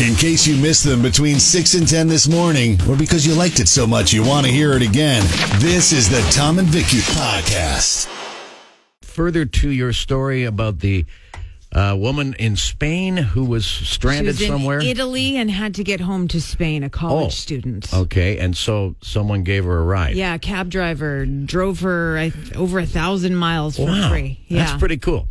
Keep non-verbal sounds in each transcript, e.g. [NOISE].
In case you missed them between 6 and 10 this morning, or because you liked it so much you want to hear it again, this is the Tom and Vicky Podcast. Further to your story about the uh, woman in Spain who was She stranded was in somewhere. Italy and had to get home to Spain, a college Oh. student. Okay, and so someone gave her a ride. Yeah, a cab driver drove her I, th- over a thousand miles for Wow. free. Yeah. That's pretty cool.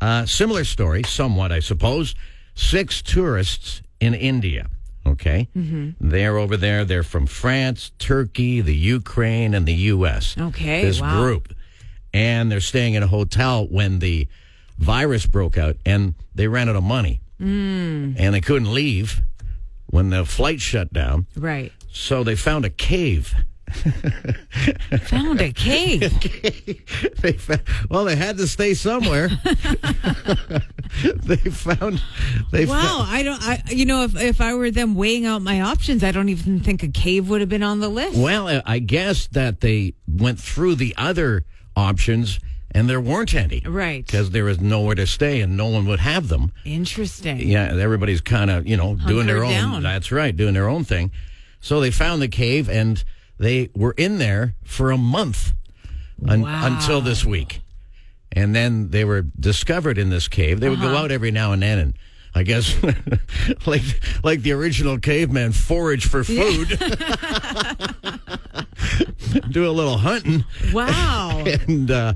Uh, similar story, somewhat, I suppose. Six tourists in India. Okay. Mm-hmm. They're over there. They're from France, Turkey, the Ukraine, and the U.S. Okay, This wow. group. And they're staying in a hotel when the virus broke out and they ran out of money. Mm. And they couldn't leave when the flight shut down. right. So they found a cave. Found [LAUGHS] a cave. they found, well, they had to stay somewhere. they found they wow. I don't. I you know if if I were them weighing out my options, I don't even think a cave would have been on the list. fou- well, I- I guess that they went through the other options and there weren't any. Right. Because there was nowhere to stay and no one would have them. Interesting. Yeah, and everybody's kind of, you know, doing their Hunkered own. down. That's right, doing their own thing. So they found the cave and they were in there for a month un- Wow. until this week. And then they were discovered in this cave. They would Uh-huh. go out every now and then and I guess [LAUGHS] like like the original caveman forage for [LAUGHS] food. [LAUGHS] Do a little hunting [LAUGHS] Wow. and uh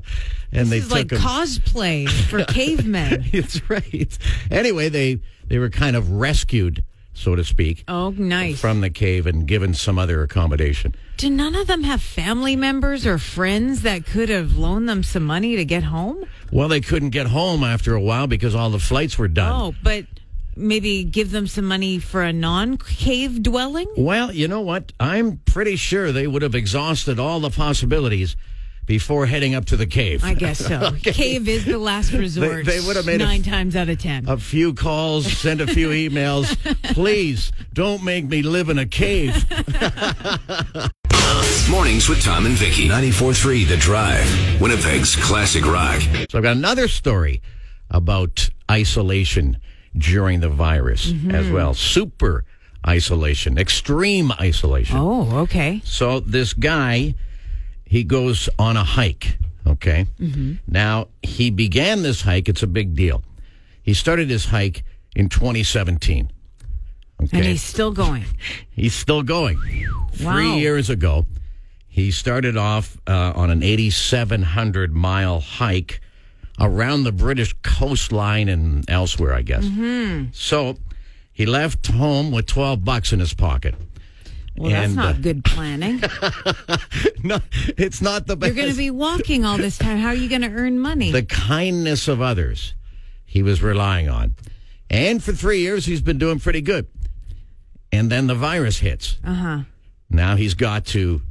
and they this is took like 'em. cosplay [LAUGHS] for cavemen. It's [LAUGHS] right. Anyway, they they were kind of rescued, so to speak, Oh, nice. from the cave and given some other accommodation. Do none of them have family members or friends that could have loaned them some money to get home? Well, they couldn't get home after a while because all the flights were done. Oh, but maybe give them some money for a non cave dwelling? Well, you know what? I'm pretty sure they would have exhausted all the possibilities before heading up to the cave. I guess [LAUGHS] so. Cave is the last resort. they would have made a- nine times out of ten. a few calls, send a [LAUGHS] few emails. Please don't make me live in a cave. Mornings with Tom and Vicky. 94.3 The Drive. Winnipeg's classic rock. So I've got another story about isolation during the virus Mm-hmm. as well. Super isolation, extreme isolation. oh, okay. So this guy, he goes on a hike. Okay. Mm-hmm. Now he began this hike. It's a big deal. He started his hike in 2017. Okay. And he's still going. He's still going. Three Wow. years ago, he started off uh, on an 8,700 mile hike around the British coastline and elsewhere, I guess. Mm-hmm. So he left home with 12 bucks in his pocket. [LAUGHS] Well, that's And, not uh, [LAUGHS] good planning. No, it's not the You're best. going to be walking all this time. How are you going to earn money? the kindness of others he was relying on. And for three years, he's been doing pretty good. And then the virus hits. Uh huh. Uh-huh. Now he's got to,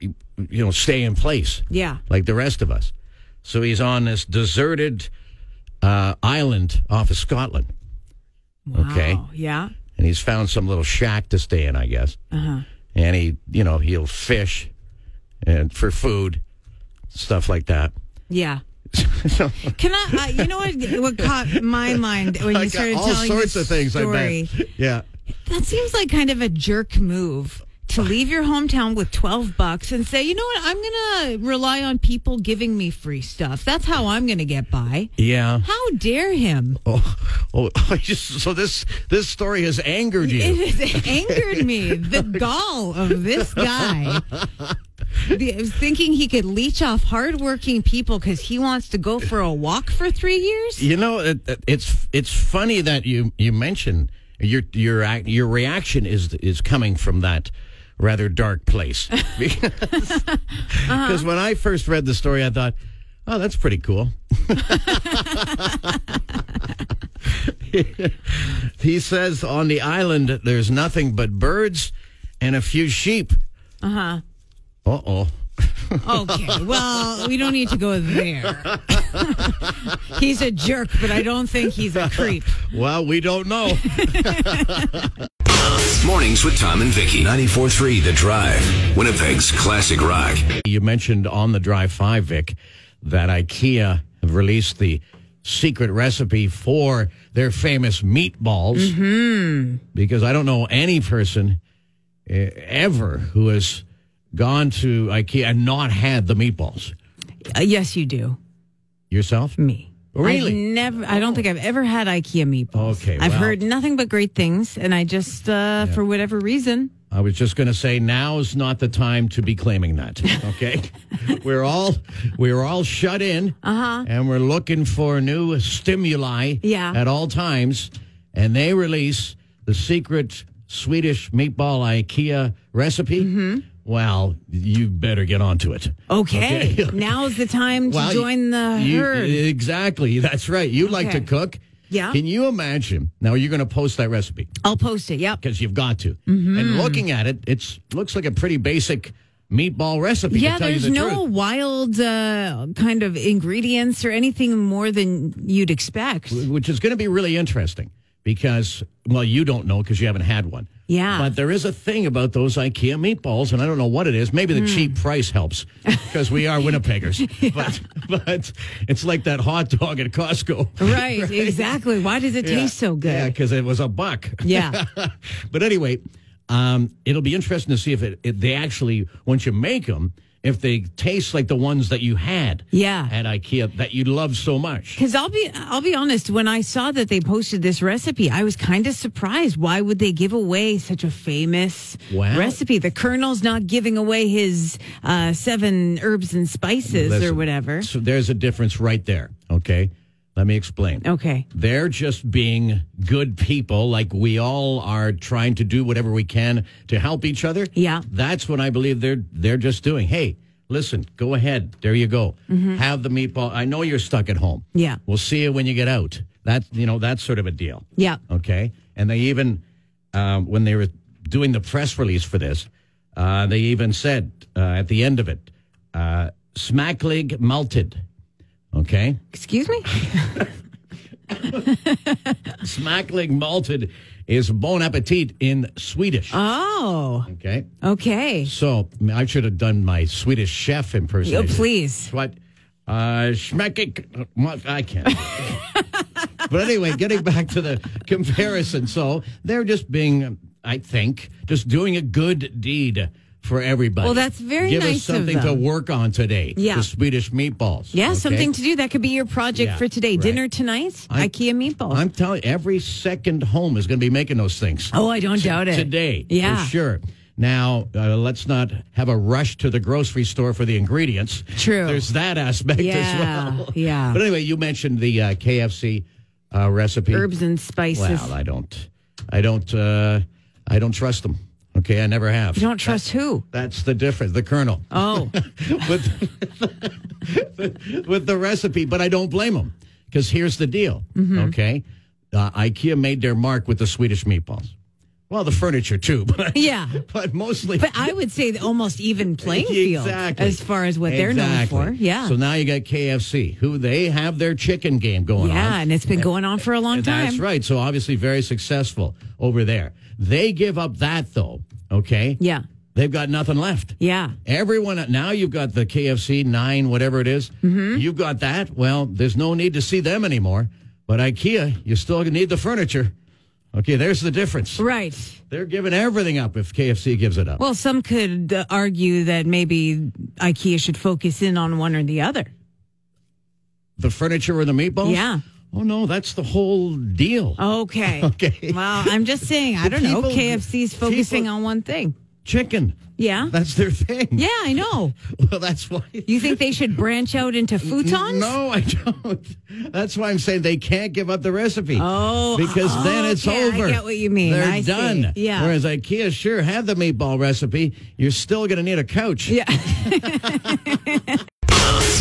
you know, stay in place. Yeah. Like the rest of us. So he's on this deserted uh, island off of Scotland. Okay. Wow. Yeah. And he's found some little shack to stay in, I guess. Uh-huh. And he, you know, he'll fish and for food, stuff like that. [LAUGHS] Yeah. Can I? Uh, you know what? What caught my [LAUGHS] mind when you Like, started all telling sorts this of things, story? I bet. Yeah. That seems like kind of a jerk move to leave your hometown with 12 bucks and say, you know what, I'm going to rely on people giving me free stuff. That's how I'm going to get by. Yeah. How dare him? Oh, oh, [LAUGHS] I just, so this this story has [LAUGHS] angered you. It has angered me. The gall of this guy. The- thinking he could leech off hardworking people because he wants to go for a walk for three years? You know, it, it- it's it's funny that you you mention your your ac- your reaction is is coming from that rather dark place [LAUGHS] because 'cause when I first read the story, I thought, oh, that's pretty cool. [LAUGHS] he says on the island there's nothing but birds and a few sheep. Uh huh. Uh oh. Okay, well, we don't need to go there. [LAUGHS] he's a jerk, but I don't think he's a creep. [LAUGHS] Well, we don't know. Mornings with Tom and Vicky. 94.3 The Drive. Winnipeg's classic rock. you mentioned on the Drive 5, Vic, that IKEA have released the secret recipe for their famous meatballs. Mm-hmm. Because I don't know any person eh, ever who has gone to IKEA and not had the meatballs. Uh, yes, you do. Yourself? Me. Really? I never. I don't think I've ever had IKEA meatballs. Okay, I've well. heard nothing but great things, and I just, uh, for whatever reason, I was just going to say now's not the time to be claiming that. [LAUGHS] Okay, we're all we're all shut in, uh-huh. and we're looking for new stimuli Yeah. at all times. And they release the secret Swedish meatball IKEA recipe. Mm-hmm. Well, you better get onto it. okay, Okay. [LAUGHS] now's the time to Well, join the you- herd. Exactly. That's right. You like to Okay. cook. Yeah. Can you imagine? Now you're going to post that recipe I'll post it. Yep. because you've got to. Mm-hmm. And looking at it, it looks like a pretty basic meatball recipe. Yeah, to tell you there's the no truth. wild uh, kind of ingredients or anything more than [LAUGHS] you'd expect. which is going to be really interesting because well, you don't know because you haven't had one. Yeah. but there is a thing about those IKEA meatballs, and I don't know what it is. Maybe the Hmm. cheap price helps because we are [LAUGHS] Winnipeggers. But but it's like that hot dog at Costco. Right, exactly. Why does it taste so Yeah, good? because it was a buck. Yeah. [LAUGHS] but anyway, um, it'll be interesting to see if it, if they actually once you make them, if they taste like the ones that you had. Yeah. At IKEA that you love so much. Because I'll be I'll be honest, when I saw that they posted this recipe, I was kind of surprised. Why would they give away such a famous Wow. recipe? The Colonel's not giving away his uh, seven herbs and spices or Listen, whatever. So there's a difference right there. Okay. Let me explain. Okay. They're just being good people, like we all are trying to do whatever we can to help each other. Yeah. that's what I believe they're they're just doing. Hey, listen, go ahead. There you go. Have the meatball. I know you're stuck at home. Mm-hmm. Yeah. we'll see you when you get out. That you know that sort of a deal. Yeah. Okay. And they even, um, when they were doing the press release for this, uh, they even said uh, at the end of it, uh, "Smack League melted." Okay. [LAUGHS] Excuse me? Smackling malted is bon appetit in Swedish. Oh. okay. Okay. So I should have done my Swedish chef Oh, impersonation. please. What? Uh, schmeckig. I can't. [LAUGHS] but anyway, getting back to the comparison. So they're just being, I think, just doing a good deed for everybody. Well, that's very Give nice us of something to them. work on today. Yeah. The Swedish meatballs. Yeah, okay? something to do. That could be your project Yeah, for today. right. Dinner tonight, I'm- IKEA meatballs. I'm telling every second home is going to be making those things. oh, I don't doubt it. today. Yeah. For sure. Now, uh, let's not have a rush to the grocery store for the ingredients. True. There's that aspect as Yeah, well. yeah. But anyway, you mentioned the uh, KFC uh, recipe. Herbs and spices. Well, I don't. I don't. Uh, I don't trust them. Okay, I never have. you don't trust who? That's the difference. The Colonel. [LAUGHS] Oh, [LAUGHS] with with the recipe, but I don't blame them because here's the deal. Mm-hmm. Okay, uh, IKEA made their mark with the Swedish meatballs. Well, the furniture too, [LAUGHS] but Yeah. but mostly. [LAUGHS] but I would say the almost even playing field Exactly. as far as what Exactly. they're known for. Yeah. So now you got KFC, who they have their chicken game going on. yeah, and it's been going on for a long And time. That's right. So obviously very successful over there. They give up that though. Okay. Yeah. They've got nothing left. Yeah. Everyone now you've got the KFC nine whatever it is. Mm-hmm. You've got that. Well, there's no need to see them anymore. But IKEA, you still need the furniture. Okay, there's the difference. Right. They're giving everything up if KFC gives it up. Well, some could uh, argue that maybe IKEA should focus in on one or the other. the furniture or the meatballs? Yeah. Oh. Oh no, that's the whole deal. Okay. [LAUGHS] Okay. Well, I'm just saying, I The don't know. people- KFC's focusing people- on one thing. Chicken. Yeah. That's their thing. Yeah, I know. [LAUGHS] Well, that's why You think they should branch [LAUGHS] out into futons? No, I don't. [LAUGHS] That's why I'm saying they can't give up the recipe. Oh, because then it's okay, I over. get what you mean. They're I see. done. Yeah. Whereas IKEA sure had the meatball recipe. You're still going to need a couch. Yeah.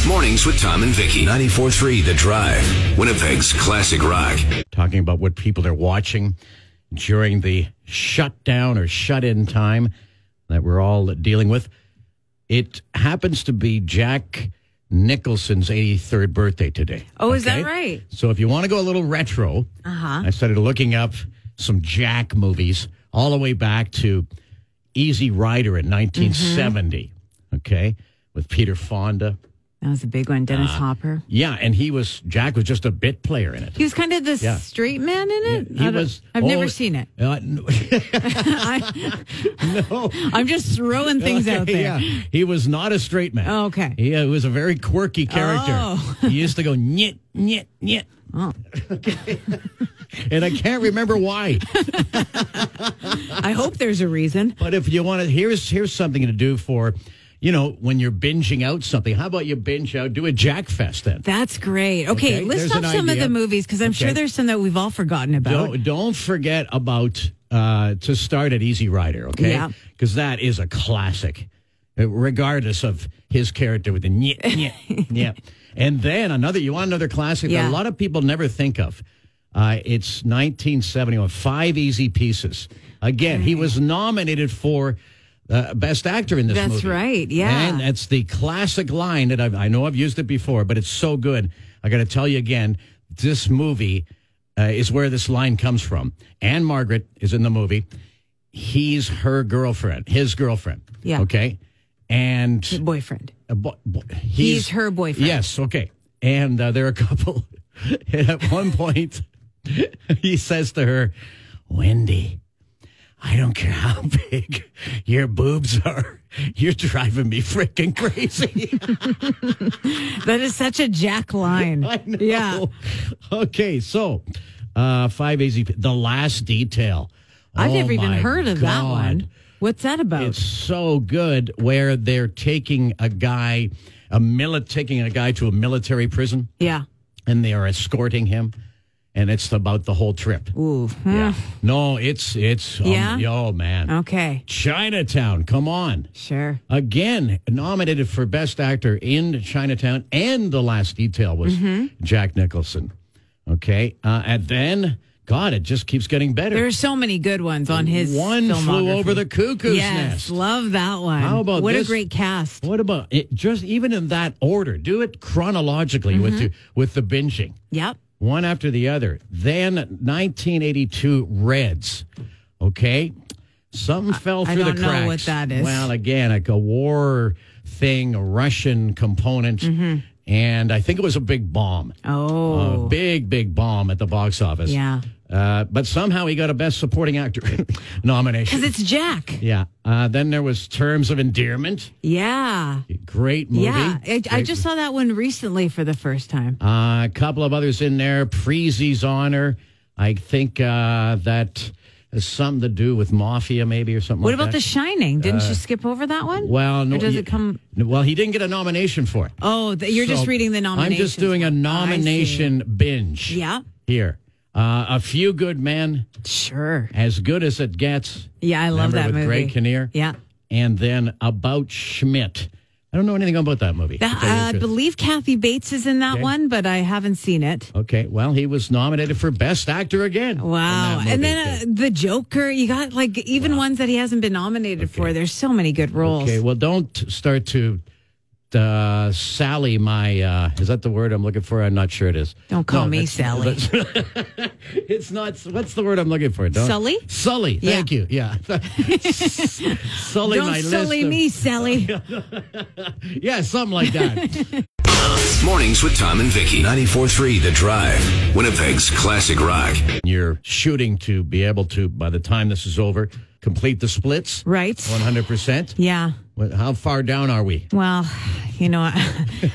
Mornings with Tom and Vicky. 94.3 The Drive. Winnipeg's classic rock. Talking about what people are watching during the shutdown or shut-in time that we're all dealing with. It happens to be Jack Nicholson's 83rd birthday today. Oh, is that right? Uh-huh. So if you want to go a little retro, I started looking up some Jack movies all the way back to Mm-hmm. Easy Rider in 1970, okay, with Peter Fonda, That was a big one, Ah. Dennis Hopper. Yeah, and he was Jack was just a bit player in it. He was kind of the Yeah. straight man in it. I He don't- was. I've oh, never seen it. uh, no, I, [LAUGHS] no. I'm just throwing things out there. Yeah. He was not a straight man. Oh, okay. He uh, was a very quirky character. Oh. [LAUGHS] he used to go nyet, nyet, nyet. Okay. [LAUGHS] and I can't remember why. I hope there's a reason. But if you want to, here's here's something to do for, you know, when you're binging out something. How about you binge out? Do a Jack Fest then. That's great. Okay, Okay, list there's off an some of idea. the movies because I'm sure Okay. there's some that we've all forgotten about. Don't don't forget about uh, to start at Easy Rider, okay? Yeah. Because that is a classic, uh, regardless of his character with the nyeh, [LAUGHS] nyeh, nyeh. And then another, you want another classic that a Yeah. lot of people never think of. Uh, it's 1971, Five Easy Pieces. Again, he was nominated for uh, Best Actor in this That's movie. right, yeah. And that's the classic line that I've, I know I've used it before, but it's so good. I got to tell you again, this movie uh, is where this line comes from. Anne Margaret is in the movie. He's her girlfriend, his girlfriend. Yeah. Okay. And Boyfriend. a bo- bo- Uh, he's, He's her boyfriend. Yes, okay. And uh, they're a couple. [LAUGHS] and at one point, [LAUGHS] he says to her, Wendy, I don't care how [LAUGHS] big your boobs are, you're driving me freaking crazy. [LAUGHS] That is such a Jack line. I know. Yeah. Okay, so uh, five easy. The last detail. I've Oh, never even my heard of that God. one. What's that about? It's so good where they're taking a guy, a mili- taking a guy to a military prison. yeah. and they are escorting him, and it's about the whole trip. Ooh. hmm. Yeah. No, it's it's um, Yeah? Oh man, Okay. Chinatown. Come on. Sure. Again, nominated for Best Actor in Chinatown, and the last detail was Mm-hmm. Jack Nicholson. Okay, uh, and then God, it just keeps getting better. There are so many good ones on his One flew filmography. over the cuckoo's yes, nest. love that one. How about what this? a great cast? What about it? Just even in that order, do it chronologically with Mm-hmm. the, with the binging. Yep. one after the other. Then 1982 Reds. Okay, something fell I through the don't know cracks. what that is. Well, again, like a war thing, a Russian component, Mm-hmm. and I think it was a big bomb. Oh. A big, big bomb at the box office. Yeah. Uh, but somehow he got a Best Supporting Actor nomination. [LAUGHS] Because it's Jack. yeah. Uh, then there was Terms of Endearment. Yeah. Great movie. Yeah. I, I just saw that one recently for the first time. Uh, a couple of others in there. Preezy's honor. I think uh, that has something to do with mafia, maybe, or something What like about that. The Shining? Didn't you skip over that one? Uh, Well, no. Or does you- it come? Well, he didn't get a nomination for it. Oh, the, you're just So reading the nomination. I'm just doing a nomination binge. Yeah. Here. Uh, a Few Good Men, Sure. As Good as It Gets. Yeah, I love Remember, that with movie. Greg Kinnear. Yeah. And then About Schmidt. I don't know anything about that movie. to That, tell you the I truth. uh, believe Kathy Bates is in that Okay. one, but I haven't seen it. okay, well, he was nominated for Best Actor again. in Wow. that movie, And then too. uh, The Joker. You got like even ones that he hasn't been nominated for. There's so many good roles. Okay, well, don't start to uh, Sally my. Uh, is that the word I'm looking for? I'm not sure it is. Don't call No, me it's- Sally. [LAUGHS] It's not. What's the word I'm looking for? Don't, Sully? Sully. Yeah. Thank you. Yeah. [LAUGHS] sully Don't my sully list. of- [LAUGHS] me, Sally. yeah, something like [LAUGHS] that. Mornings with Tom and Vicky. 94.3 The Drive. Winnipeg's classic rock. You're shooting to be able to, by the time this is over, complete the splits. Right. 100%. Yeah. Well, How far down are we? Well, you know, [LAUGHS] I,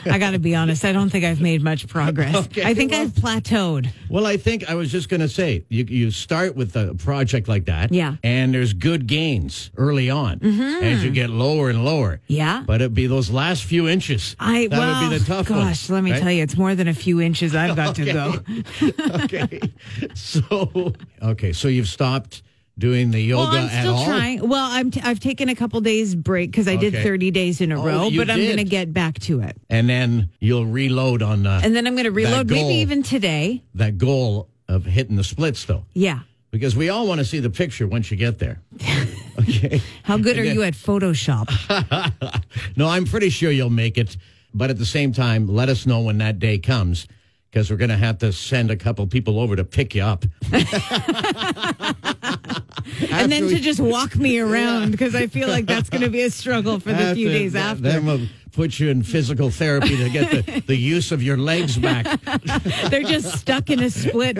I got to be honest. I don't think I've made much progress. Okay, I think well- I've plateaued. Well, I think I was just going to say you, you start with a project like that. Yeah. Mm-hmm. And there's good gains early on as you get lower and lower. Yeah. But it'd be those last few inches. I that well, would be the tough one. Oh, gosh, let me tell you, it's more than a few inches I've [LAUGHS] got to go. okay. [LAUGHS] So, okay. So you've stopped doing the yoga Well, I'm at still all? trying. Well, I'm t- I've taken a couple days break because I did Okay. 30 days in a Oh, row, you but I'm did. going to get back to it, And then you'll reload on uh, and then I'm going to reload. goal. Maybe even today. that goal of hitting the splits, though, Yeah. because we all want to see the picture once you get there. okay. How good are you at Photoshop? [LAUGHS] no, I'm pretty sure you'll make it. But at the same time, let us know when that day comes because we're going to have to send a couple people over to pick you up. and [LAUGHS] then to just walk me around because I feel like that's going to be a struggle for the few days after. Then we'll put you in physical therapy to get the, [LAUGHS] the use of your legs back. They're just stuck in [LAUGHS] a split.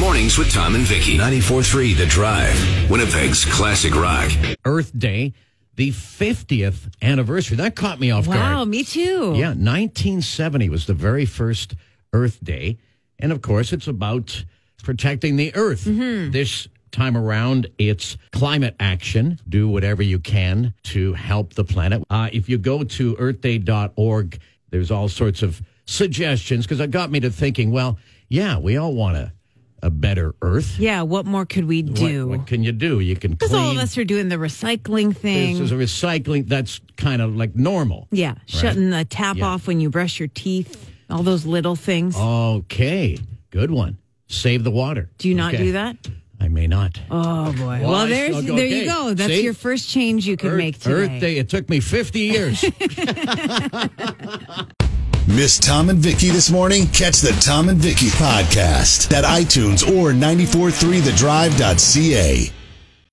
Mornings with Tom and Vicky. 94.3 The Drive. Winnipeg's classic rock. Earth Day, the 50th anniversary. That caught me off guard. wow, me too. Yeah, 1970 was the very first Earth Day. And of course, it's about protecting the Earth. Mm-hmm. This time around, it's climate action. Do whatever you can to help the planet. Uh, if you go to earthday.org, there's all sorts of suggestions because it got me to thinking, well, yeah, we all want a, a better Earth. Yeah, what more could we What- do? What, can you do? You can Because clean. all of us are doing the recycling This thing. is a recycling. That's kind of like normal. yeah, shutting the tap off when you brush your teeth. All those little things. Oh, Okay, good one. Save the water. do you not Okay. do that? I may not. Oh boy. Well, I there's shall go- there okay. you go. That's See? your first change you could Earth, make today. Earth Day. It took me 50 years. Miss Tom and Vicky this morning? Catch the Tom and Vicky podcast at iTunes or 943thedrive.ca.